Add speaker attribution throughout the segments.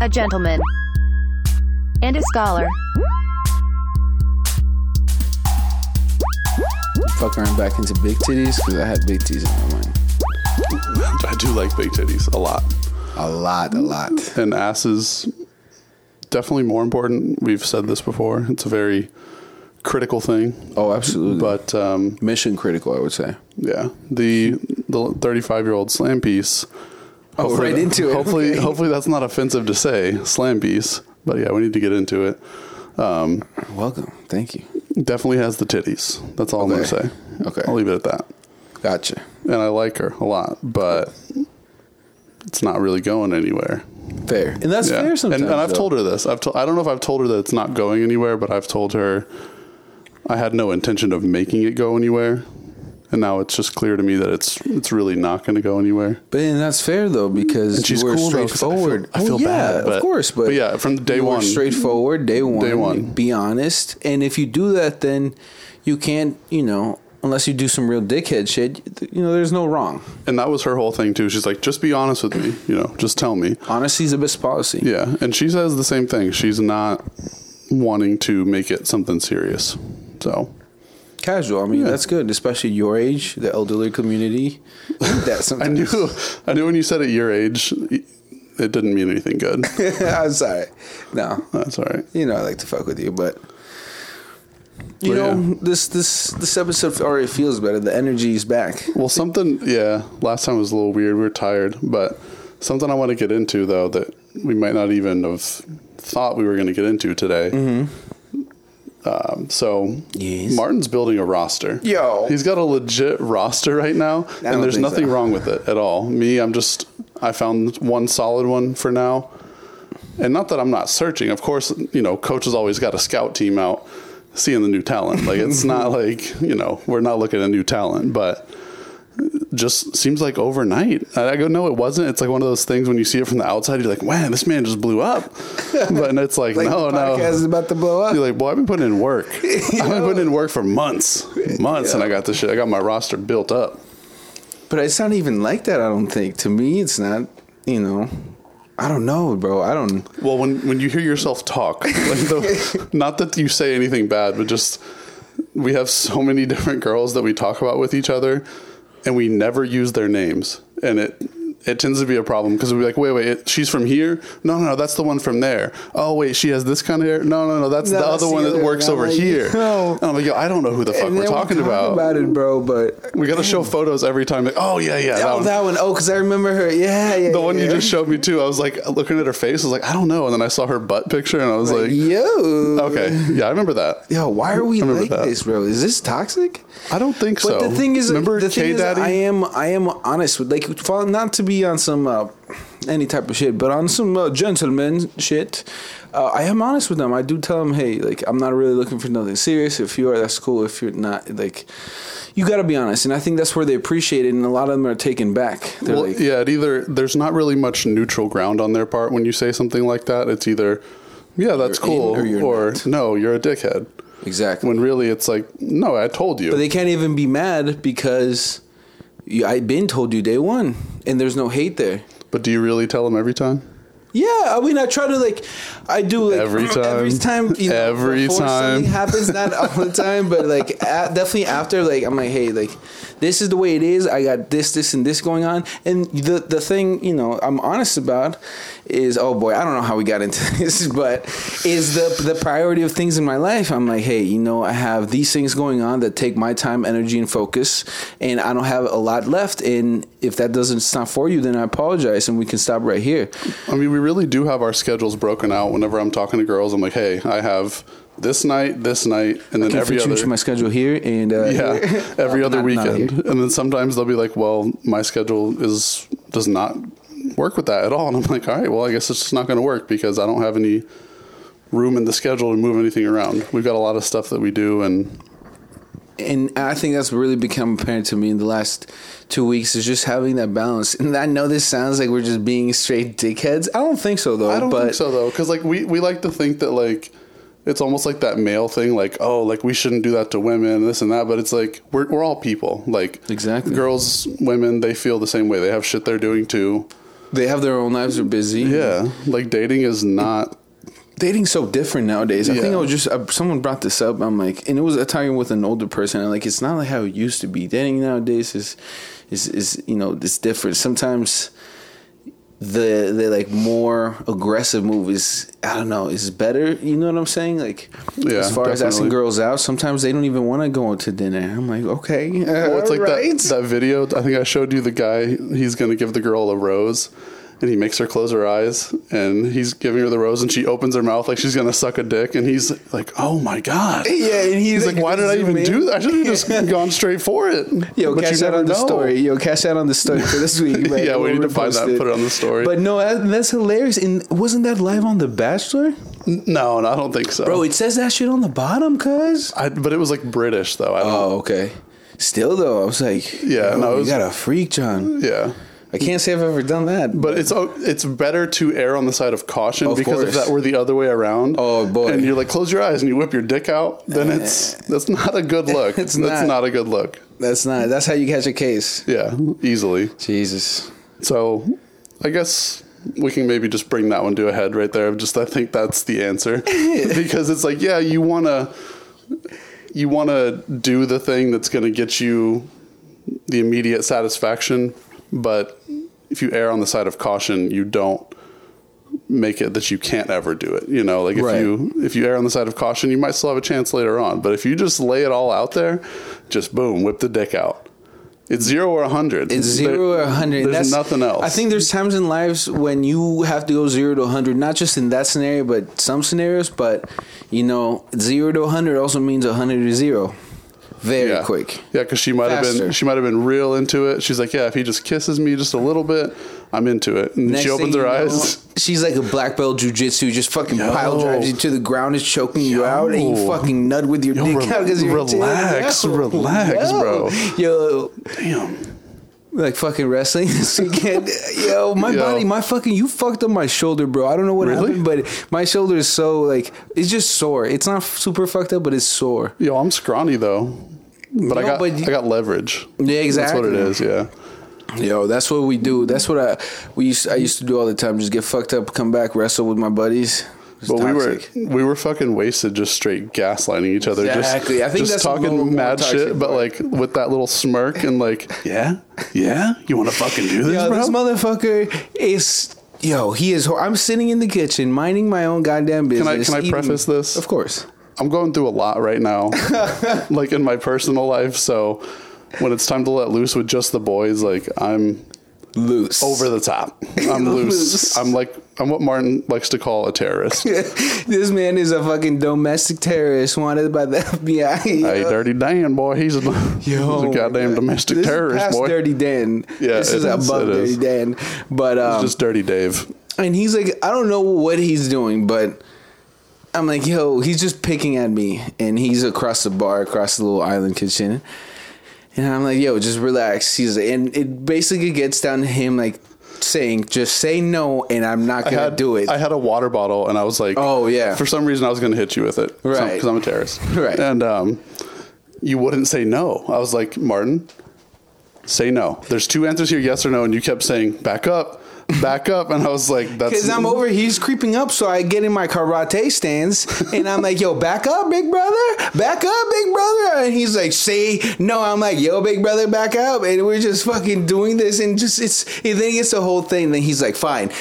Speaker 1: a gentleman, and a scholar.
Speaker 2: Fuck around back into big titties because I had big titties in my mind.
Speaker 3: I do like big titties a lot.
Speaker 2: A lot, a lot.
Speaker 3: And ass is definitely more important. We've said this before. It's a very critical thing.
Speaker 2: Oh, absolutely.
Speaker 3: But um,
Speaker 2: Mission critical, I would say.
Speaker 3: yeah, the the 35 year old slam piece.
Speaker 2: Oh, right into it.
Speaker 3: Hopefully,
Speaker 2: Okay.
Speaker 3: hopefully that's not offensive to say slam piece. But yeah, we need to get into it.
Speaker 2: Welcome. Thank you.
Speaker 3: Definitely has the titties. That's all I'm
Speaker 2: Okay.
Speaker 3: gonna say.
Speaker 2: Okay.
Speaker 3: I'll leave it at that.
Speaker 2: Gotcha.
Speaker 3: And I like her a lot, but it's not really going anywhere.
Speaker 2: Fair. And that's
Speaker 3: Yeah.
Speaker 2: fair sometimes.
Speaker 3: And, and I've
Speaker 2: though.
Speaker 3: told her this. I've told. I don't know if I've told her that it's not going anywhere, but I've told her I had no intention of making it go anywhere, and now it's just clear to me that it's it's really not going to go anywhere.
Speaker 2: But and that's fair though because
Speaker 3: And she's
Speaker 2: you were
Speaker 3: cool, though, 'cause I feel-
Speaker 2: straightforward. Oh,
Speaker 3: I feel
Speaker 2: yeah,
Speaker 3: bad,
Speaker 2: of
Speaker 3: but-
Speaker 2: course. But,
Speaker 3: but yeah, from day
Speaker 2: you were
Speaker 3: one.
Speaker 2: straightforward. Day one.
Speaker 3: Day one.
Speaker 2: Be honest, and if you do that, then you can't. You know, unless you do some real dickhead shit, you know, there's no wrong.
Speaker 3: And that was her whole thing too. She's like, just be honest with me, you know, just tell me.
Speaker 2: Honesty's the best policy.
Speaker 3: Yeah, and she says the same thing. She's not wanting to make it something serious. So
Speaker 2: Casual. I mean,
Speaker 3: Yeah.
Speaker 2: that's good, especially your age, the elderly community. That
Speaker 3: I
Speaker 2: sometimes.
Speaker 3: knew I knew when you said at your age, it didn't mean anything good.
Speaker 2: I'm sorry. No,
Speaker 3: That's all right.
Speaker 2: you know I like to fuck with you, but you
Speaker 3: Well,
Speaker 2: know
Speaker 3: yeah.
Speaker 2: this this this episode already feels better. The energy's back.
Speaker 3: Well, something, yeah, last time was a little weird. We were tired, but something I want to get into, though, that we might not even have thought we were going to get into today. Um, so,
Speaker 2: Mm-hmm. Yes.
Speaker 3: Martin's building a roster.
Speaker 2: Yo.
Speaker 3: He's got a legit roster right now,
Speaker 2: don't
Speaker 3: and there's
Speaker 2: think
Speaker 3: nothing
Speaker 2: so.
Speaker 3: wrong with it at all. Me, I'm just, I found one solid one for now. And not that I'm not searching. Of course, you know, coach has always got a scout team out seeing the new talent. Like it's not like, you know, we're not looking at new talent, but just seems like overnight. And I go, no, it wasn't. It's like one of those things when you see it from the outside, you're like, wow, this man just blew up. But and it's like,
Speaker 2: Like
Speaker 3: no,
Speaker 2: the podcast
Speaker 3: no.
Speaker 2: is about to blow up.
Speaker 3: You're like, boy, I've been putting in work. I've been putting in work for months, months, and I got this shit. I got my roster built up.
Speaker 2: But it's not even like that. I don't think. To me, it's not. You know, I don't know, bro. I don't.
Speaker 3: Well, when when you hear yourself talk, like the, not that you say anything bad, but just we have so many different girls that we talk about with each other, and we never use their names, and it it tends to be a problem because we be like, wait, wait, it, she's from here? No, no, no, that's the one from there. Oh, wait, she has this kind of hair? No, no, no, that's
Speaker 2: No,
Speaker 3: the
Speaker 2: that's
Speaker 3: other
Speaker 2: the
Speaker 3: one
Speaker 2: other
Speaker 3: that
Speaker 2: one.
Speaker 3: works
Speaker 2: I'm
Speaker 3: over
Speaker 2: like,
Speaker 3: here.
Speaker 2: yo.
Speaker 3: And I'm like, yo, I don't know who the fuck
Speaker 2: And
Speaker 3: we're
Speaker 2: then
Speaker 3: talking
Speaker 2: talk
Speaker 3: about.
Speaker 2: about it, bro. But
Speaker 3: We got to show photos every time. Like, oh yeah, yeah,
Speaker 2: oh, that one. Oh, because I remember her. Yeah, yeah.
Speaker 3: the one
Speaker 2: yeah.
Speaker 3: you just showed me too. I was like looking at her face. I was like, I don't know. And then I saw her butt picture, and I was like,
Speaker 2: Yo.
Speaker 3: Okay. Yeah, I remember that.
Speaker 2: Yo, why are we
Speaker 3: remember
Speaker 2: like
Speaker 3: that.
Speaker 2: this, bro? Is this toxic?
Speaker 3: I don't think so.
Speaker 2: But the thing is,
Speaker 3: remember
Speaker 2: the
Speaker 3: K
Speaker 2: thing is, I
Speaker 3: Daddy?
Speaker 2: am, I am honest with like, fall- not to be on some uh, any type of shit, but on some uh, gentleman shit. Uh, I am honest with them. I do tell them, hey, like, I'm not really looking for nothing serious. If you are, that's cool. If you're not, like, you got to be honest. And I think that's where they appreciate it. And a lot of them are taken back. They're
Speaker 3: Well,
Speaker 2: like,
Speaker 3: yeah, it either there's not really much neutral ground on their part when you say something like that. It's either, yeah, that's
Speaker 2: You're in
Speaker 3: cool,
Speaker 2: or
Speaker 3: or,
Speaker 2: you're not.
Speaker 3: no, you're a dickhead.
Speaker 2: exactly.
Speaker 3: When really, it's like, no, I told you.
Speaker 2: But they can't even be mad because you, I've been told you day one, and there's no hate there.
Speaker 3: but do you really tell them every time?
Speaker 2: Yeah, I mean, I try to like, I do like
Speaker 3: Every
Speaker 2: every
Speaker 3: time.
Speaker 2: time, you know,
Speaker 3: Every
Speaker 2: before
Speaker 3: time.
Speaker 2: something happens, not all the time, but like a definitely after, like I'm like, hey, like this is the way it is. I got this, this, and this going on, and the the thing, you know, I'm honest about is, oh boy, I don't know how we got into this, but is the the priority of things in my life. I'm like, hey, you know, I have these things going on that take my time, energy, and focus, and I don't have a lot left. And if that doesn't stop for you, then I apologize, and we can stop right here.
Speaker 3: I mean, we really do have our schedules broken out. Whenever I'm talking to girls, I'm like, hey, I have this night, this night, and then
Speaker 2: can
Speaker 3: every
Speaker 2: fit you
Speaker 3: other.
Speaker 2: into my schedule here and uh,
Speaker 3: yeah every other
Speaker 2: Not- not
Speaker 3: weekend
Speaker 2: here.
Speaker 3: and then sometimes they'll be like well my schedule is does not work with that at all and i'm like all right well i guess it's just not going to work because i don't have any room in the schedule to move anything around we've got a lot of stuff that we do and
Speaker 2: and I think that's really become apparent to me in the last two weeks is just having that balance. And I know this sounds like we're just being straight dickheads. I don't think so though.
Speaker 3: i don't
Speaker 2: but
Speaker 3: think so though because like we, we like to think that like it's almost like that male thing like oh like we shouldn't do that to women this and that but it's like we're, we're all people like
Speaker 2: Exactly.
Speaker 3: girls women they feel the same way they have shit they're doing too
Speaker 2: They have their own lives. They're busy.
Speaker 3: Yeah, like dating is not.
Speaker 2: dating's so different nowadays. I think
Speaker 3: Yeah.
Speaker 2: I was just uh, someone brought this up. I'm like, and it was a time with an older person. And like, it's not like how it used to be. Dating nowadays is, is is you know, it's different. Sometimes the the like more aggressive move is I don't know is better. You know what I'm saying? Like,
Speaker 3: Yeah,
Speaker 2: as far as asking
Speaker 3: definitely.
Speaker 2: girls out, sometimes they don't even want to go out to dinner. I'm like, okay,
Speaker 3: Well, it's like
Speaker 2: alright.
Speaker 3: that, that video. I think I showed you the guy. He's gonna give the girl a rose, and he makes her close her eyes, and he's giving her the rose, and she opens her mouth like she's gonna suck a dick, and he's like, "Oh my god."
Speaker 2: Yeah, and
Speaker 3: He's like, why did I even do that? I should have just gone straight for it.
Speaker 2: Yo,
Speaker 3: But you
Speaker 2: cash out
Speaker 3: never
Speaker 2: on the
Speaker 3: know.
Speaker 2: story. Yo, cash out on the story for this week. like,
Speaker 3: Yeah, we
Speaker 2: we'll
Speaker 3: need to find that,
Speaker 2: repost
Speaker 3: put it on the story.
Speaker 2: But no, that, that's hilarious. And wasn't that live on The Bachelor?
Speaker 3: No, no, I don't think so.
Speaker 2: Bro, it says that shit on the bottom, cuz.
Speaker 3: I, but it was like British though. I don't.
Speaker 2: Oh, okay. Still though, I was like,
Speaker 3: Yeah,
Speaker 2: yo,
Speaker 3: no, it
Speaker 2: you
Speaker 3: was-
Speaker 2: got a freak, John.
Speaker 3: Yeah.
Speaker 2: I can't say I've ever done that.
Speaker 3: But it's oh, it's better to err on the side of caution
Speaker 2: Of
Speaker 3: because
Speaker 2: course.
Speaker 3: if that were the other way around,
Speaker 2: Oh, boy. Eh.
Speaker 3: and you're like close your eyes and you whip your dick out, then it's that's not a good look.
Speaker 2: It's not.
Speaker 3: that's not. a good look.
Speaker 2: that's not. That's how you catch a case.
Speaker 3: Yeah, easily.
Speaker 2: Jesus.
Speaker 3: So, I guess we can maybe just bring that one to a head right there. Just I think that's the answer because it's like yeah, you want to you want to do the thing that's going to get you the immediate satisfaction, but if you err on the side of caution, you don't make it that you can't ever do it. You know, like if
Speaker 2: Right.
Speaker 3: you if you err on the side of caution, you might still have a chance later on. But if you just lay it all out there, just boom, whip the dick out. It's zero or a hundred.
Speaker 2: It's zero
Speaker 3: There-
Speaker 2: or a hundred. That's-
Speaker 3: There's nothing else.
Speaker 2: I think there's times in lives when you have to go zero to a hundred, not just in that scenario, but some scenarios. But you know, zero to a hundred also means a hundred to zero, very
Speaker 3: yeah.
Speaker 2: quick.
Speaker 3: Yeah, because she might have
Speaker 2: Faster.
Speaker 3: been she might have been real into it. She's like, yeah, if he just kisses me just a little bit, I'm into it. And she
Speaker 2: Next
Speaker 3: opens
Speaker 2: thing
Speaker 3: her
Speaker 2: you know,
Speaker 3: eyes.
Speaker 2: she's like a black belt jujitsu, just fucking
Speaker 3: Yo.
Speaker 2: pile drives you to the ground, is choking you out, and you
Speaker 3: Yo.
Speaker 2: fucking nut with your
Speaker 3: Yo,
Speaker 2: dick
Speaker 3: re-
Speaker 2: out because you're
Speaker 3: relax,
Speaker 2: tearing it out.
Speaker 3: relax, bro.
Speaker 2: Yo,
Speaker 3: Damn.
Speaker 2: like fucking wrestling this weekend. Yo, my
Speaker 3: Yo.
Speaker 2: body, my fucking, you fucked up my shoulder, bro. I don't know what
Speaker 3: Really?
Speaker 2: happened, but my shoulder is so like it's just sore. It's not super fucked up, but it's sore.
Speaker 3: Yo, I'm scrawny though. But I
Speaker 2: No,
Speaker 3: got
Speaker 2: but you-
Speaker 3: I got leverage.
Speaker 2: Yeah, exactly.
Speaker 3: That's what it is, yeah.
Speaker 2: Yo, that's what we do. That's what I we used I used to do all the time. Just get fucked up, come back, wrestle with my buddies. It's
Speaker 3: But
Speaker 2: toxic.
Speaker 3: we were we were fucking wasted, just straight gaslighting each other,
Speaker 2: Exactly.
Speaker 3: just
Speaker 2: I think
Speaker 3: just
Speaker 2: that's a little
Speaker 3: talking
Speaker 2: more
Speaker 3: mad
Speaker 2: toxic
Speaker 3: shit, but
Speaker 2: part.
Speaker 3: like with that little smirk and like, yeah, yeah, you want to fucking do this,
Speaker 2: Yo,
Speaker 3: bro?
Speaker 2: this motherfucker is. Yo, he is. hor- I'm sitting in the kitchen minding my own goddamn business.
Speaker 3: I- can I
Speaker 2: eating-
Speaker 3: preface this?
Speaker 2: Of course.
Speaker 3: I'm going through a lot right now, like in my personal life. So when it's time to let loose with just the boys, like I'm
Speaker 2: Loose.
Speaker 3: over the top. I'm
Speaker 2: Loose.
Speaker 3: loose. I'm like I'm what Martin likes to call a terrorist, a
Speaker 2: this man is a fucking domestic terrorist wanted by the FBI. yo.
Speaker 3: dirty Dan boy. He's a,
Speaker 2: oh
Speaker 3: he's
Speaker 2: my
Speaker 3: a goddamn
Speaker 2: God.
Speaker 3: domestic
Speaker 2: This is
Speaker 3: terrorist
Speaker 2: past
Speaker 3: boy.
Speaker 2: Dirty Dan.
Speaker 3: Yeah,
Speaker 2: this
Speaker 3: it
Speaker 2: is
Speaker 3: is,
Speaker 2: above
Speaker 3: it
Speaker 2: Dirty
Speaker 3: is.
Speaker 2: Dan. But um,
Speaker 3: Just dirty Dave.
Speaker 2: and he's like, I don't know what he's doing, but I'm like, yo, he's just picking at me, and he's across the bar, across the little island kitchen, and I'm like, yo, just relax. He's like, and it basically gets down to him like saying, just say no, and I'm not gonna
Speaker 3: had,
Speaker 2: do it.
Speaker 3: I had a water bottle and I was like,
Speaker 2: Oh, yeah.
Speaker 3: For some reason, I was going to hit you with it,
Speaker 2: Right.
Speaker 3: Because I'm a terrorist,
Speaker 2: Right.
Speaker 3: And um, you wouldn't say no. I was like, Martin, say no. There's two answers here, yes or no, and you kept saying back up, back up, and I was like, that's
Speaker 2: Cause I'm over, he's creeping up, so I get in my karate stance, and I'm like, "Yo, back up, big brother, back up, big brother," and he's like, "See, no," I'm like, "Yo, big brother, back up," and we're just fucking doing this, and just it's, and then it's the whole thing. Then he's like, "Fine."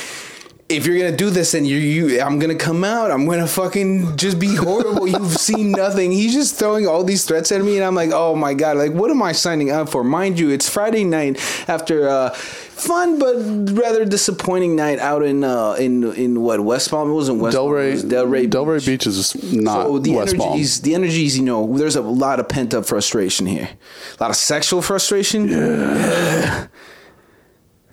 Speaker 2: If you're gonna do this, then you, you, I'm gonna come out. I'm gonna fucking just be horrible. You've seen nothing. He's just throwing all these threats at me, and I'm like, oh my god, like what am I signing up for? Mind you, it's Friday night after a fun but rather disappointing night out in uh, in in what West Palm. It wasn't West Palm. It
Speaker 3: Delray,
Speaker 2: was Delray.
Speaker 3: Delray, Beach. is just not
Speaker 2: So the
Speaker 3: West Palm.
Speaker 2: energies, the energies, you know, there's a lot of pent up frustration here, a lot of sexual frustration. Yeah,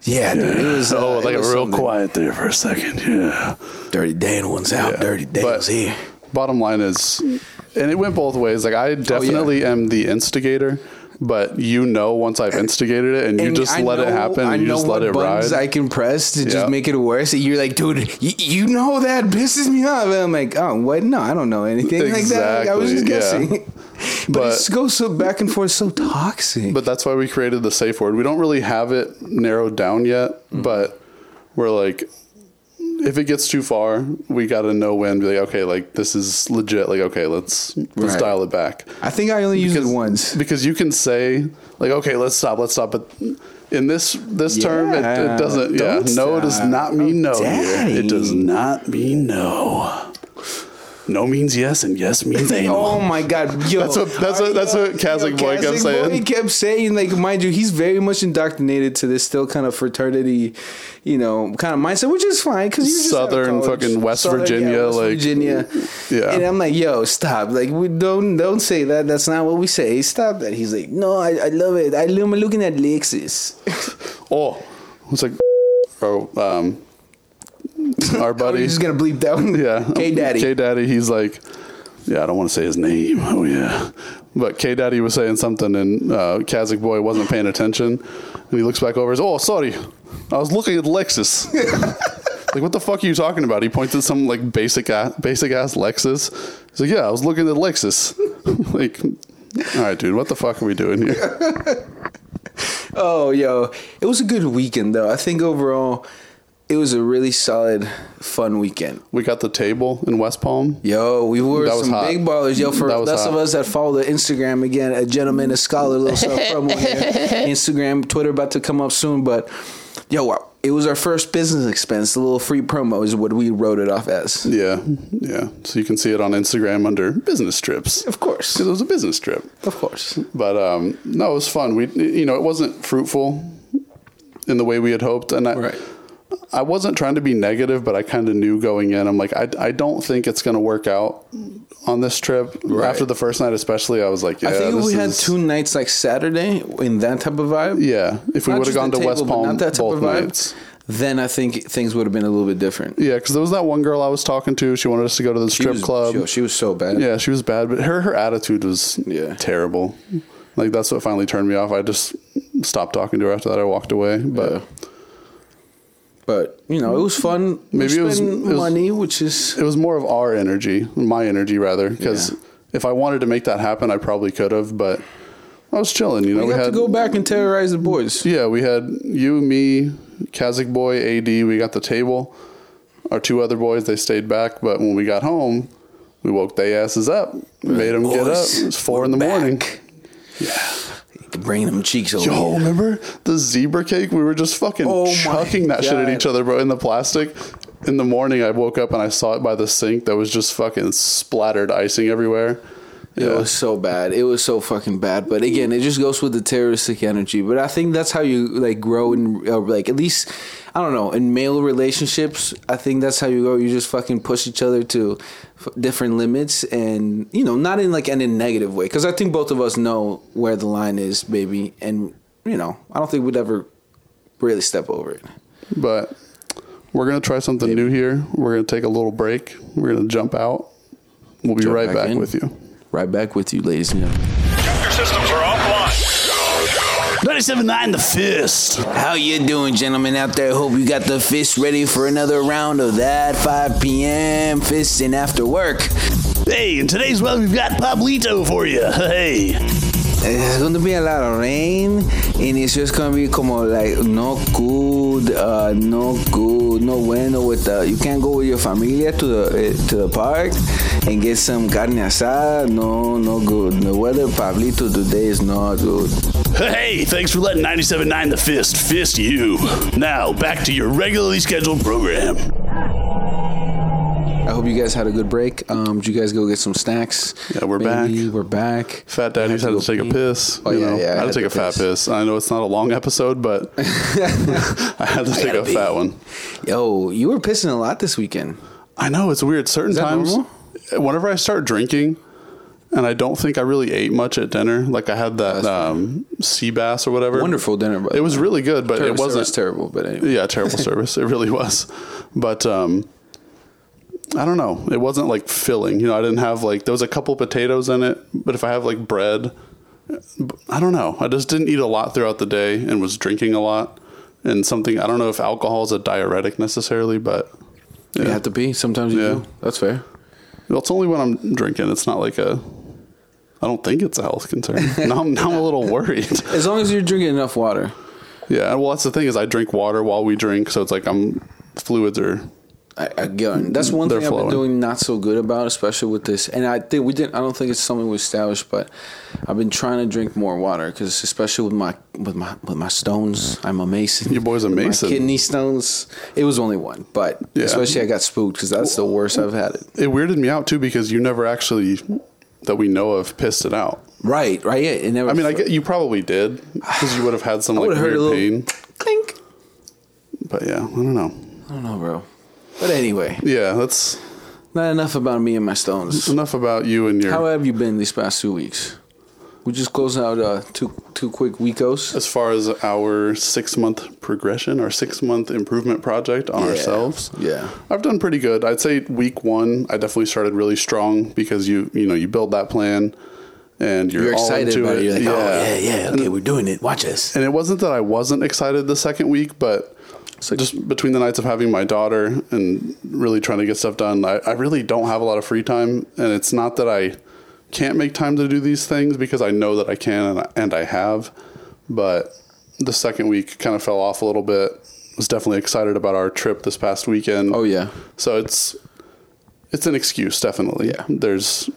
Speaker 2: yeah, dude, it was
Speaker 3: Oh,
Speaker 2: uh,
Speaker 3: like
Speaker 2: it was
Speaker 3: real
Speaker 2: something.
Speaker 3: quiet there for a second. Yeah.
Speaker 2: Dirty Dan one's out. Dirty Dan's here. Oh,
Speaker 3: Bottom line is, and it went both ways. Like I definitely am the instigator, but you know, once I've instigated it, and, you
Speaker 2: And
Speaker 3: just
Speaker 2: I
Speaker 3: let it
Speaker 2: know-
Speaker 3: happen,
Speaker 2: I
Speaker 3: and you
Speaker 2: know
Speaker 3: just let
Speaker 2: what
Speaker 3: it
Speaker 2: buttons
Speaker 3: ride.
Speaker 2: I can press to
Speaker 3: Yeah.
Speaker 2: just make it worse. And you're like, dude, y- you know that pisses me off. And I'm like, oh, what? No, I don't know anything like that. Like, I was just
Speaker 3: Exactly, yeah.
Speaker 2: guessing. but,
Speaker 3: But-
Speaker 2: it goes so back and forth, so toxic. Mm.
Speaker 3: but that's why we created the safe word. We don't really have it narrowed down yet, but where like if it gets too far, we got to know when. Be like, okay, like this is legit. Like, okay, let's let's
Speaker 2: Right.
Speaker 3: dial it back
Speaker 2: I think I only used it once.
Speaker 3: because you can say like, okay, let's stop, let's stop, but in this this term, it,
Speaker 2: Yeah,
Speaker 3: it doesn't. Yeah,
Speaker 2: don't
Speaker 3: no does
Speaker 2: stop.
Speaker 3: not mean no. here.
Speaker 2: daddy.
Speaker 3: It does not mean no. No means yes, and yes means
Speaker 2: Oh
Speaker 3: anal.
Speaker 2: my god, yo!
Speaker 3: That's what- that's what-
Speaker 2: Are
Speaker 3: that's
Speaker 2: you-
Speaker 3: what Kazakh boy kept
Speaker 2: Kazakh
Speaker 3: saying.
Speaker 2: boy kept saying, like, mind you, he's very much indoctrinated to this still kind of fraternity, you know, kind of mindset, which is fine because you just out of
Speaker 3: Southern
Speaker 2: college.
Speaker 3: fucking West
Speaker 2: Southern, yeah,
Speaker 3: Virginia,
Speaker 2: West
Speaker 3: like-
Speaker 2: Virginia.
Speaker 3: Yeah.
Speaker 2: and I'm like, yo, stop! Like, we don't don't say that. That's not what we say. Stop that. He's like, no, I, I love it. I love looking at Lexus.
Speaker 3: Oh, it's like oh um, our buddy.
Speaker 2: I'm just gonna bleep that one.
Speaker 3: Yeah.
Speaker 2: K Daddy.
Speaker 3: K Daddy, he's like, yeah, I don't want to say his name. Oh, yeah. But K Daddy was saying something, and uh, Kazakh boy wasn't paying attention. And he looks back over and says, oh, sorry. I was looking at Lexus. like, what the fuck are you talking about? He points at some, like, basic ass, basic ass Lexus. He's like, yeah, I was looking at Lexus. like, all right, dude, what the fuck are we doing here?
Speaker 2: Oh, yo. It was a good weekend, though. I think overall, it was a really solid, fun weekend.
Speaker 3: We got the table in West Palm.
Speaker 2: Yo, we were
Speaker 3: That was
Speaker 2: some
Speaker 3: hot.
Speaker 2: big ballers. Yo, for
Speaker 3: That was
Speaker 2: those
Speaker 3: hot.
Speaker 2: of us that follow the Instagram again, a gentleman, a scholar, little self promo here. Instagram, Twitter about to come up soon, but yo, wow, it was our first business expense. The little free promo is what we wrote it off as.
Speaker 3: Yeah, yeah. So you can see it on Instagram under business trips.
Speaker 2: Of course,
Speaker 3: It was a business trip.
Speaker 2: of course.
Speaker 3: but um, no, it was fun. We, you know, it wasn't fruitful in the way we had hoped, and I,
Speaker 2: Right.
Speaker 3: I wasn't trying to be negative, but I kind of knew going in. I'm like, I, I don't think it's going to work out on this trip. After the first night, especially, I was like, yeah,
Speaker 2: I think if
Speaker 3: this
Speaker 2: we had
Speaker 3: is-
Speaker 2: two nights like Saturday in that type of vibe.
Speaker 3: Yeah, if we
Speaker 2: not
Speaker 3: would have
Speaker 2: just
Speaker 3: gone
Speaker 2: the
Speaker 3: to West
Speaker 2: table, but
Speaker 3: Palm
Speaker 2: not that type
Speaker 3: both
Speaker 2: of vibe,
Speaker 3: nights.
Speaker 2: Then I think things would have been a little bit different.
Speaker 3: Yeah, because there was that one girl I was talking to. She wanted us to go to the
Speaker 2: She
Speaker 3: strip
Speaker 2: was-
Speaker 3: club.
Speaker 2: Yo, she was so bad.
Speaker 3: Yeah, she was bad, but her her attitude was
Speaker 2: Yeah.
Speaker 3: terrible. Like that's what finally turned me off. I just stopped talking to her after that. I walked away, but.
Speaker 2: But you know, it was fun. We
Speaker 3: Maybe it was-
Speaker 2: spent
Speaker 3: it was-
Speaker 2: money, which is
Speaker 3: it was more of our energy, my energy rather, because
Speaker 2: Yeah.
Speaker 3: if I wanted to make that happen, I probably could have, but I was chilling. You know,
Speaker 2: we, got to go back and terrorize the boys.
Speaker 3: Yeah, we had you, me, Kazakh boy, AD. We got the table. Our two other boys, they stayed back, but when we got home, we woke they asses up, made them get up.
Speaker 2: Boys,
Speaker 3: It was 4
Speaker 2: we're
Speaker 3: in the morning.
Speaker 2: back. Bring them cheeks over.
Speaker 3: Yo,
Speaker 2: here.
Speaker 3: remember the zebra cake? We were just fucking
Speaker 2: Oh my
Speaker 3: chucking that shit at
Speaker 2: God.
Speaker 3: each other, bro, in the plastic. In the morning, I woke up and I saw it by the sink that was just fucking splattered icing everywhere.
Speaker 2: It
Speaker 3: Yeah.
Speaker 2: was so bad. It was so fucking bad. But again, it just goes with the terroristic energy. But I think that's how you like grow in uh, like at least I don't know in male relationships. I think that's how you go. You just fucking push each other to f- different limits, and you know, not in like in a negative way. Because I think both of us know where the line is, baby. And you know, I don't think we'd ever really step over it.
Speaker 3: But we're going to try something new here. We're going to take a little break. We're going to jump out. We'll be right
Speaker 2: back
Speaker 3: back
Speaker 2: in.
Speaker 3: with you.
Speaker 2: Right back with you, ladies and gentlemen.
Speaker 4: Your systems are offline.
Speaker 3: 97.9 The Fist.
Speaker 2: How you doing, gentlemen out there? Hope you got the fist ready for another round of that 5 p.m. fisting after work.
Speaker 5: Hey, in today's weather, we've got Pablito for you. Hey.
Speaker 2: Eh, It's going to be a lot of rain, and it's just going to be como like no good, uh, no good, no bueno. With the, you can't go with your familia to the eh, to the park and get some carne asada. No, no good. The weather, Pablito, today is not good.
Speaker 5: Hey, thanks for letting 97.9 The Fist fist you. Now, back to your regularly scheduled program.
Speaker 2: I hope you guys had a good break. Um, did you guys go get some snacks?
Speaker 3: Yeah, we're back.
Speaker 2: We're back.
Speaker 3: Fat Daddy's had to take a piss.
Speaker 2: Oh,
Speaker 3: you
Speaker 2: yeah,
Speaker 3: know,
Speaker 2: yeah,
Speaker 3: I had to take a fat piss. I know it's not a long episode, but I had to take
Speaker 2: gotta
Speaker 3: a
Speaker 2: pee.
Speaker 3: fat one.
Speaker 2: Yo, you were pissing a lot this weekend.
Speaker 3: I know it's weird. Certain
Speaker 2: that
Speaker 3: times,
Speaker 2: normal?
Speaker 3: whenever I start drinking, and I don't think I really ate much at dinner. Like I had that um, sea bass or whatever.
Speaker 2: Wonderful dinner, by
Speaker 3: It
Speaker 2: the
Speaker 3: was
Speaker 2: way.
Speaker 3: really good, but
Speaker 2: Service-
Speaker 3: it wasn't
Speaker 2: service terrible, but anyway.
Speaker 3: Yeah, terrible service. It really was. But um, I don't know. It wasn't like filling. You know, I didn't have like there was a couple potatoes in it, but if I have like bread, I don't know. I just didn't eat a lot throughout the day and was drinking a lot and something. I don't know if alcohol is a diuretic necessarily, but
Speaker 2: You have to pee. Sometimes you
Speaker 3: Yeah.
Speaker 2: do. That's fair.
Speaker 3: Well, It's only when I'm drinking. It's not like a. I don't think it's a health concern. now, I'm, now I'm a little worried.
Speaker 2: As long as you're drinking enough water.
Speaker 3: Yeah, well, that's the thing is I drink water while we drink, so it's like I'm fluids are
Speaker 2: I, again, that's one
Speaker 3: They're
Speaker 2: thing I've
Speaker 3: flowing.
Speaker 2: been doing not so good about, especially with this. And I think we didn't. I don't think it's something we established, but I've been trying to drink more water because, especially with my with my with my stones, I'm a mason.
Speaker 3: Your boy's a
Speaker 2: With my
Speaker 3: mason.
Speaker 2: kidney stones. It was only one, but
Speaker 3: Yeah.
Speaker 2: especially I got spooked because that's the worst I've had it.
Speaker 3: it weirded me out too because you never actually that we know of pissed it out.
Speaker 2: Right, right. Yeah, it never.
Speaker 3: I mean, I get, you probably did because you would have had some
Speaker 2: I
Speaker 3: like
Speaker 2: would've heard
Speaker 3: weird
Speaker 2: a little-
Speaker 3: pain.
Speaker 2: clink.
Speaker 3: But yeah, I don't know.
Speaker 2: I don't know, bro. But anyway,
Speaker 3: Yeah, that's
Speaker 2: not enough about me and my stones.
Speaker 3: enough about you and your.
Speaker 2: How have you been these past two weeks? We just closed out uh, two two quick weekos.
Speaker 3: as far as our six month progression, our six month improvement project on
Speaker 2: Yeah.
Speaker 3: ourselves.
Speaker 2: Yeah.
Speaker 3: I've done pretty good. I'd say week one, I definitely started really strong because you you know you build that plan and you're,
Speaker 2: You're
Speaker 3: all
Speaker 2: excited
Speaker 3: into
Speaker 2: about it.
Speaker 3: it.
Speaker 2: You're like, oh yeah, yeah, okay, we're doing it. Watch us.
Speaker 3: and it wasn't that I wasn't excited the second week, but just between the nights of having my daughter and really trying to get stuff done, I, I really don't have a lot of free time. And it's not that I can't make time to do these things because I know that I can and I, and I have. But the second week kind of fell off a little bit. Was definitely excited about our trip this past weekend.
Speaker 2: Oh yeah,
Speaker 3: So it's it's an excuse, definitely.
Speaker 2: Yeah.
Speaker 3: There's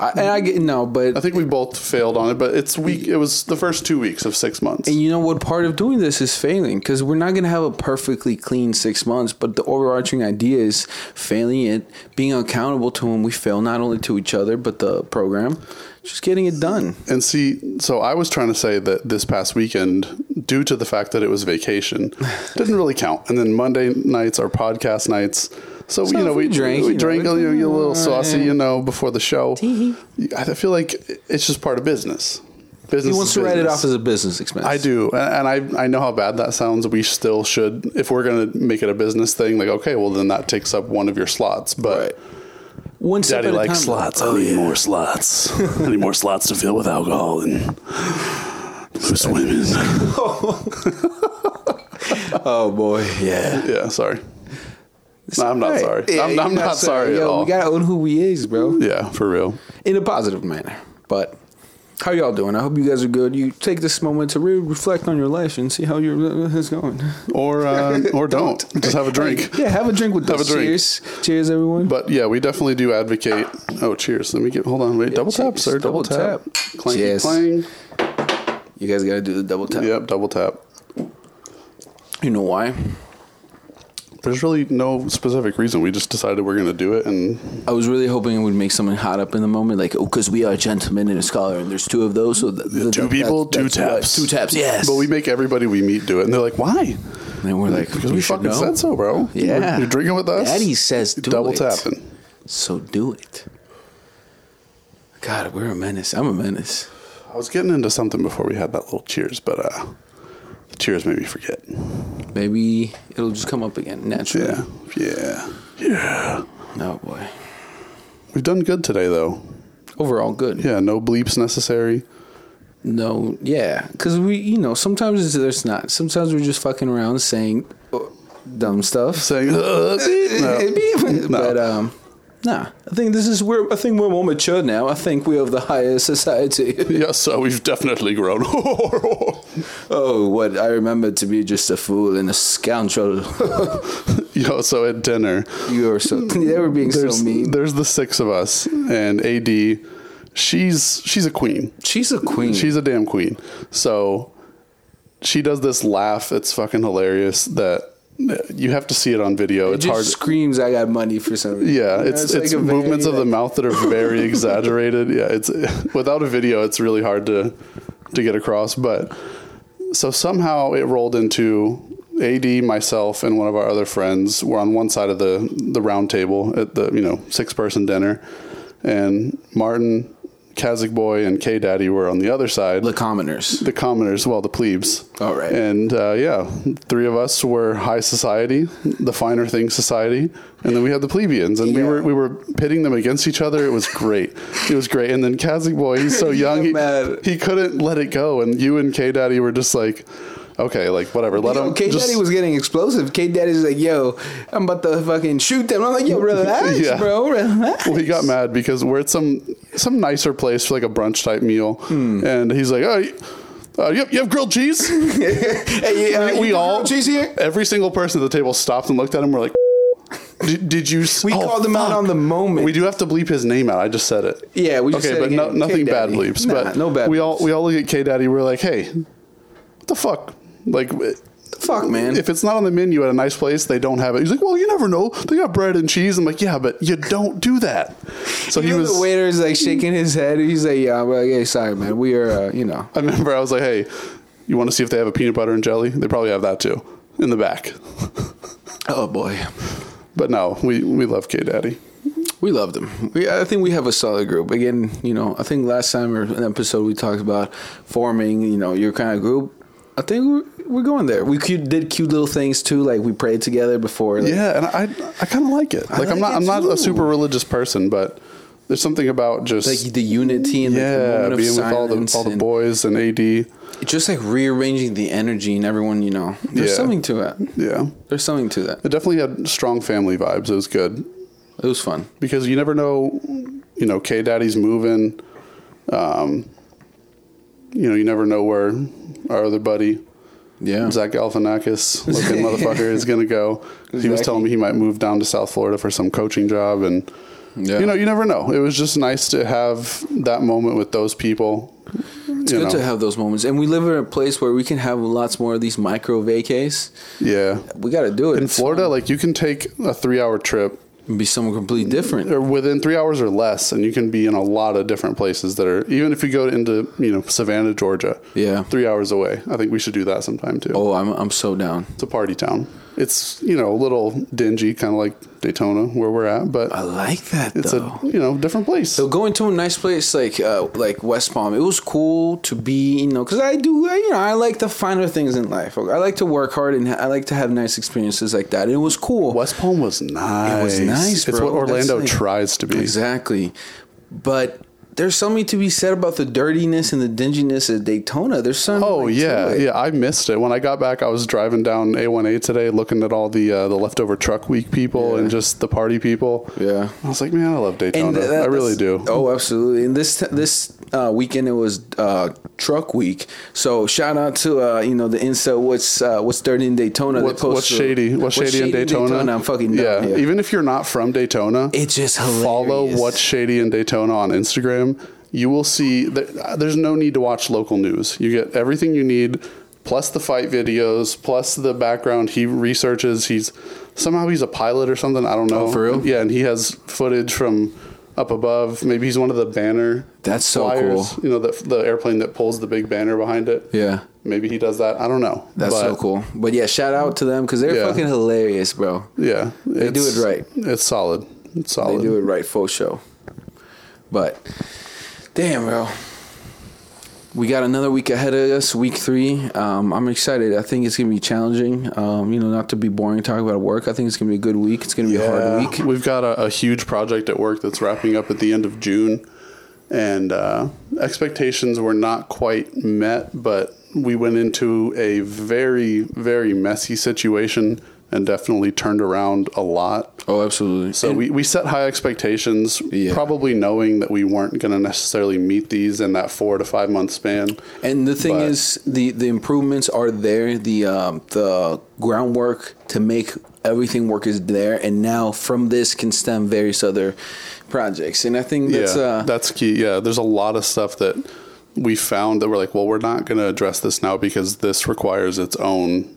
Speaker 2: I, and I get no,
Speaker 3: I
Speaker 2: but
Speaker 3: think we both failed on it, but it's week
Speaker 2: Mm.
Speaker 3: it was the first two weeks of six months.
Speaker 2: you know what? Part of doing this is failing because we're not gonna have a perfectly clean six months. But the overarching idea is failing it, being accountable to when we fail, not only to each other but the program, just getting it done.
Speaker 3: And see, so I was trying to say that this past weekend, due to the fact that it was vacation, didn't really count. And then Monday nights are podcast nights. So,
Speaker 2: So
Speaker 3: you know,
Speaker 2: if we
Speaker 3: we
Speaker 2: drank,
Speaker 3: drank, we
Speaker 2: you know,
Speaker 3: drank a,
Speaker 2: it's-
Speaker 3: little- a little saucy, you know, before the show. I feel like it's just part of business. Business.
Speaker 2: He wants
Speaker 3: is
Speaker 2: to write it
Speaker 3: business.
Speaker 2: off as a business expense.
Speaker 3: I do, and and I I know how bad that sounds. We still should, if we're gonna make it a business thing, like okay, well then that takes up one of your slots. But
Speaker 2: One step at
Speaker 3: Daddy
Speaker 2: a
Speaker 3: likes
Speaker 2: time.
Speaker 5: Slots. I need more slots. I need more slots to fill with alcohol and loose women.
Speaker 2: Oh boy, yeah.
Speaker 3: yeah, sorry. No, I'm not
Speaker 2: Right.
Speaker 3: sorry.
Speaker 2: Yeah,
Speaker 3: I'm,
Speaker 2: you're
Speaker 3: I'm not sorry at
Speaker 2: Yo,
Speaker 3: all.
Speaker 2: We gotta own who we is, bro.
Speaker 3: Yeah, for real.
Speaker 2: in a positive manner. But how y'all doing? I hope you guys are good. You take this moment to really reflect on your life and see how your uh, is going.
Speaker 3: Or uh, or don't. Just have a drink.
Speaker 2: Yeah, have a drink with
Speaker 3: Have
Speaker 2: us.
Speaker 3: a drink.
Speaker 2: Cheers, cheers, everyone.
Speaker 3: But yeah, we definitely do advocate. Oh, cheers. Let me get. Hold on. Wait. double tap,
Speaker 2: cheers.
Speaker 3: sir. Double,
Speaker 2: Double
Speaker 3: tap.
Speaker 2: tap.
Speaker 3: Clanky
Speaker 2: Cheers.
Speaker 3: clang.
Speaker 2: you guys gotta do the double tap.
Speaker 3: Yep. Double tap.
Speaker 2: You know why?
Speaker 3: There's really no specific reason. We just decided we're gonna do it, and
Speaker 2: I was really hoping it would make someone hot up in the moment, like, oh, because we are a gentleman and a scholar, and there's two of those, so th- th-
Speaker 5: Two
Speaker 2: that-
Speaker 5: people,
Speaker 2: that-
Speaker 5: two
Speaker 2: that's what-
Speaker 5: taps.
Speaker 2: two taps, yes.
Speaker 3: but we make everybody we meet do it, and they're like, "Why?
Speaker 2: and we're like,
Speaker 3: Because we,
Speaker 2: should
Speaker 3: fucking
Speaker 2: know.
Speaker 3: said so, bro.
Speaker 2: Yeah.
Speaker 3: You're, you're drinking with us.
Speaker 2: Daddy says do
Speaker 3: double
Speaker 2: it.
Speaker 3: tapping.
Speaker 2: So do it. God, we're a menace. I'm a menace.
Speaker 3: I was getting into something before we had that little cheers, but uh, the cheers made me forget.
Speaker 2: Maybe it'll just come up again naturally.
Speaker 3: Yeah, yeah.
Speaker 2: Oh boy.
Speaker 3: We've done good today, though.
Speaker 2: Overall, good.
Speaker 3: Yeah, no bleeps necessary.
Speaker 2: No, yeah, because we, you know, sometimes it's, there's not. Sometimes we're just fucking around saying uh, dumb stuff.
Speaker 3: Saying, "Ugh." no.
Speaker 2: But um, nah. I think this is where I think we're more mature now. I think we of the higher society.
Speaker 3: Yes, sir, we've definitely grown.
Speaker 2: oh, what I remember to be just a fool and a scoundrel.
Speaker 3: Yo, so at dinner,
Speaker 2: you are so. They were being
Speaker 3: there's,
Speaker 2: so mean.
Speaker 3: there's the six of us, and AD, she's she's a queen.
Speaker 2: She's a queen.
Speaker 3: She's a damn queen. So she does this laugh. It's fucking hilarious that you have to see it on video.
Speaker 2: It
Speaker 3: It's
Speaker 2: just
Speaker 3: hard.
Speaker 2: screams, "I got money" for some reason.
Speaker 3: Yeah,
Speaker 2: You know,
Speaker 3: it's it's,
Speaker 2: like a very,
Speaker 3: movements of the
Speaker 2: like-
Speaker 3: mouth that are very exaggerated. Yeah, it's without a video, it's really hard to to get across. But so somehow it rolled into AD, myself, and one of our other friends were on one side of the the round table at the you know six person dinner, and Martin, Kazakh boy, and K Daddy were on the other side
Speaker 2: the commoners.
Speaker 3: the commoners, well, the plebes.
Speaker 2: All right.
Speaker 3: And uh, yeah, three of us were high society, the finer things society, and then we had the plebeians, and we were we were pitting them against each other. It was great. it was great. And then Kazakh boy, he's so young, he,
Speaker 2: mad.
Speaker 3: he couldn't let it go, and you and K Daddy were just like. Okay, like whatever. Let
Speaker 2: Yo,
Speaker 3: him.
Speaker 2: K
Speaker 3: just-
Speaker 2: Daddy was getting explosive. K Daddy's like, yo, I'm about to fucking shoot them. I'm like, yo, relax,
Speaker 3: Yeah.
Speaker 2: bro, relax.
Speaker 3: Well, he got mad
Speaker 2: Hmm.
Speaker 3: because we're at some some nicer place for like a brunch type meal, and he's like, "Oh, Uh, you, have, you have grilled cheese?
Speaker 2: Hey, uh,
Speaker 3: we
Speaker 2: you got
Speaker 3: all-
Speaker 2: grilled cheese here.
Speaker 3: Every single person at the table stopped and looked at him. We're like, did, did you? s-
Speaker 2: We
Speaker 3: oh,
Speaker 2: called him out
Speaker 3: fuck.
Speaker 2: on the moment.
Speaker 3: We do have to bleep his name out. I just said it.
Speaker 2: Yeah, we just
Speaker 3: okay,
Speaker 2: said
Speaker 3: but
Speaker 2: it
Speaker 3: no,
Speaker 2: again.
Speaker 3: nothing bad
Speaker 2: K-Daddy.
Speaker 3: bleeps.
Speaker 2: Nah,
Speaker 3: but
Speaker 2: no bad
Speaker 3: We all
Speaker 2: bleeps.
Speaker 3: we all look at K Daddy. We're like, hey, what the fuck? Like, eh,
Speaker 2: Fuck, man.
Speaker 3: if it's not on the menu at a nice place, they don't have it. He's like, well, you never know. They got bread and cheese. I'm like, yeah, but you don't do that. So
Speaker 2: you
Speaker 3: he
Speaker 2: know
Speaker 3: was.
Speaker 2: the waiter's like shaking his head. He's like, "Yeah, well, yeah, sorry, man. We are, uh, you know."
Speaker 3: I remember I was like, hey, you want to see if they have a peanut butter and jelly? They probably have that too in the back.
Speaker 2: Oh boy,
Speaker 3: But no, we we love K Daddy.
Speaker 2: we love them. We, I think we have a solid group. Again, you know, I think last time or an episode we talked about forming, you know, your kind of group. I think we're, we're going there. We cute, did cute little things too, like we prayed together before. Like,
Speaker 3: Yeah, and I I kind of like it. Like, I'm
Speaker 2: like
Speaker 3: not
Speaker 2: it
Speaker 3: I'm not
Speaker 2: too.
Speaker 3: a super religious person, but there's something about just
Speaker 2: Like the unity and like the
Speaker 3: yeah,
Speaker 2: moment of
Speaker 3: being with all the
Speaker 2: silence
Speaker 3: all the
Speaker 2: and
Speaker 3: boys and AD.
Speaker 2: just like rearranging the energy and everyone, you know. There's
Speaker 3: Yeah.
Speaker 2: something to it.
Speaker 3: Yeah,
Speaker 2: There's something to that.
Speaker 3: it definitely had strong family vibes. It was good
Speaker 2: It was fun.
Speaker 3: because you never know, you know, K Daddy's moving. Um, you know, you never know where our other buddy
Speaker 2: Yeah.
Speaker 3: Zach Galifianakis, looking motherfucker, is going to go. He was
Speaker 2: Exactly.
Speaker 3: telling me he might move down to South Florida for some coaching job, and
Speaker 2: Yeah.
Speaker 3: you know, you never know. It was just nice to have that moment with those people.
Speaker 2: It's good to have those moments. And we live in a place where we can have lots more of these micro vacays.
Speaker 3: yeah.
Speaker 2: We got to do it.
Speaker 3: In
Speaker 2: It's
Speaker 3: Florida, like you can take a three-hour trip
Speaker 2: be something completely different.
Speaker 3: or within three hours or less, and you can be in a lot of different places that are even if you go into you know Savannah, Georgia,
Speaker 2: Yeah.
Speaker 3: three hours away. I think we should do that sometime too.
Speaker 2: Oh, I'm, I'm so down.
Speaker 3: It's a party town. It's you know a little dingy, kind of like Daytona where we're at, but
Speaker 2: I like that
Speaker 3: it's
Speaker 2: though.
Speaker 3: a you know different place.
Speaker 2: so going to a nice place like uh, like West Palm, it was cool to be you know because I do I, you know I like the finer things in life. I like to work hard and I like to have nice experiences like that. It was cool.
Speaker 3: West Palm was nice.
Speaker 2: It was nice.
Speaker 3: It's
Speaker 2: bro.
Speaker 3: what Orlando
Speaker 2: That's like-
Speaker 3: tries to be.
Speaker 2: Exactly. But there's something to be said about the dirtiness and the dinginess of Daytona. There's something.
Speaker 3: Oh
Speaker 2: like, to
Speaker 3: yeah,
Speaker 2: it.
Speaker 3: yeah. I missed it when I got back. I was driving down A1A today, looking at all the uh, the leftover truck week people
Speaker 2: Yeah.
Speaker 3: and just the party people.
Speaker 2: Yeah.
Speaker 3: I was like, man, I love Daytona.
Speaker 2: th- that-
Speaker 3: I really
Speaker 2: that's-
Speaker 3: do.
Speaker 2: Oh, absolutely. And this this uh, weekend it was uh, truck week. So shout out to uh, you know the Insta. What's uh, what's dirty in Daytona? They
Speaker 3: What's,
Speaker 2: post
Speaker 3: what's
Speaker 2: the-
Speaker 3: shady? What's, shady, in Daytona?
Speaker 2: I'm fucking dumb, yeah.
Speaker 3: Even if you're not from Daytona,
Speaker 2: It's just
Speaker 3: follow
Speaker 2: hilarious.
Speaker 3: what's shady in Daytona on Instagram. You will see. That, there's no need to watch local news. You get everything you need, plus the fight videos, plus the background he researches. He's somehow he's a pilot or something. I don't know.
Speaker 2: Oh, for real?
Speaker 3: Yeah, and he has footage from up above. Maybe he's one of the banner.
Speaker 2: That's so cool.
Speaker 3: You know, the, the airplane that pulls the big banner behind it.
Speaker 2: Yeah.
Speaker 3: Maybe he does that. I don't know.
Speaker 2: That's
Speaker 3: But-
Speaker 2: so cool. But yeah, shout out to them because they're
Speaker 3: Yeah.
Speaker 2: fucking hilarious, bro.
Speaker 3: Yeah, they
Speaker 2: do it right.
Speaker 3: It's solid. It's
Speaker 2: They
Speaker 3: solid.
Speaker 2: do it right, faux show. But damn, bro. We got another week ahead of us, week three. Um, I'm excited. I think it's going to be challenging. Um, you know, not to be boring talking about work. I think it's going to be a good week. It's going to be a hard week.
Speaker 3: Uh, We've got a, a huge project at work that's wrapping up at the end of June, and uh, expectations were not quite met. But we went into a very, very messy situation and definitely turned around a lot.
Speaker 2: Oh, absolutely.
Speaker 3: So we, we set high expectations,
Speaker 2: Yeah.
Speaker 3: probably knowing that we weren't going to necessarily meet these in that four to five month span.
Speaker 2: And the thing
Speaker 3: But-
Speaker 2: is, the the improvements are there. The um, the groundwork to make everything work is there, and now from this can stem various other projects. And I think that's
Speaker 3: yeah,
Speaker 2: uh,
Speaker 3: that's key. Yeah, there's a lot of stuff that we found that we're like, well, we're not going to address this now because this requires its own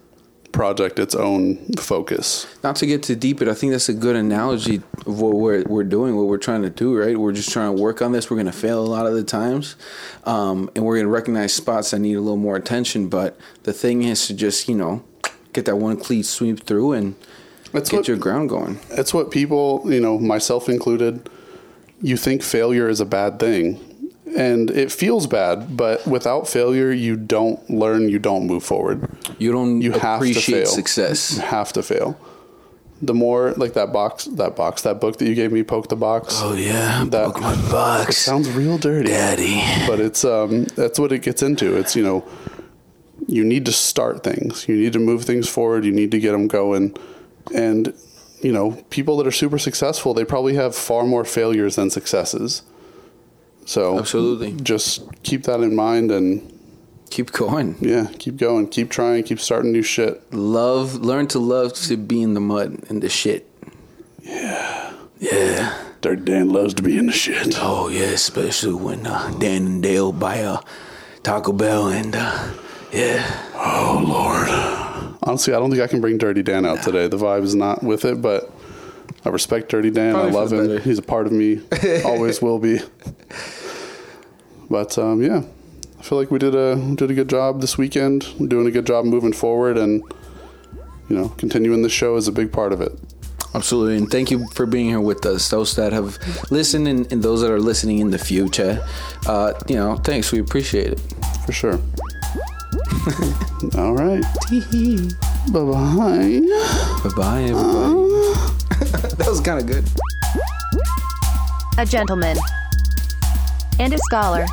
Speaker 3: project, its own focus.
Speaker 2: not to get too deep, but I think that's a good analogy of what we're, we're doing, what we're trying to do, right? We're just trying to work on this. We're going to fail a lot of the times, um, and we're going to recognize spots that need a little more attention. But the thing is to just, you know, get that one cleat sweep through and
Speaker 3: That's
Speaker 2: get
Speaker 3: what
Speaker 2: your ground going.
Speaker 3: that's what people, you know, myself included. You think failure is a bad thing, and it feels bad, but without failure, you don't learn. You don't move forward.
Speaker 2: You don't
Speaker 3: You have to
Speaker 2: appreciate
Speaker 3: fail.
Speaker 2: success.
Speaker 3: You have to fail. The more like that box, that box, that book that you gave me, poke the box.
Speaker 2: Oh, yeah,
Speaker 3: That- Pokemon
Speaker 2: box,
Speaker 3: Sounds real dirty.
Speaker 2: daddy.
Speaker 3: but it's um that's what it gets into it's you know you need to start things you need to move things forward you need to get them going and you know people that are super successful they probably have far more failures than successes so
Speaker 2: Absolutely.
Speaker 3: just keep that in mind and
Speaker 2: Keep going.
Speaker 3: Yeah, keep going, keep trying, keep starting new shit.
Speaker 2: Love. Learn to love to be in the mud and the shit. Yeah. Yeah.
Speaker 5: Dirty Dan loves to be in the shit.
Speaker 2: Oh yeah, especially when uh, Dan and Dale buy uh, Taco Bell and uh, yeah.
Speaker 5: Oh Lord.
Speaker 3: Honestly, I don't think I can bring Dirty Dan out today. The vibe is not with it, but I respect Dirty Dan.
Speaker 2: Probably
Speaker 3: I love
Speaker 2: feels
Speaker 3: him.
Speaker 2: better.
Speaker 3: He's a part of me. Always will be. But um, yeah, I feel like we did a did a good job this weekend. We're doing a good job moving forward, and you know, continuing the show is a big part of it.
Speaker 2: Absolutely, and thank you for being here with us. Those that have listened and, and those that are listening in the future, uh, you know, thanks. We appreciate it.
Speaker 3: For sure. All right. bye bye.
Speaker 2: Bye bye, everybody. that was kind of good.
Speaker 1: a gentleman, and a scholar.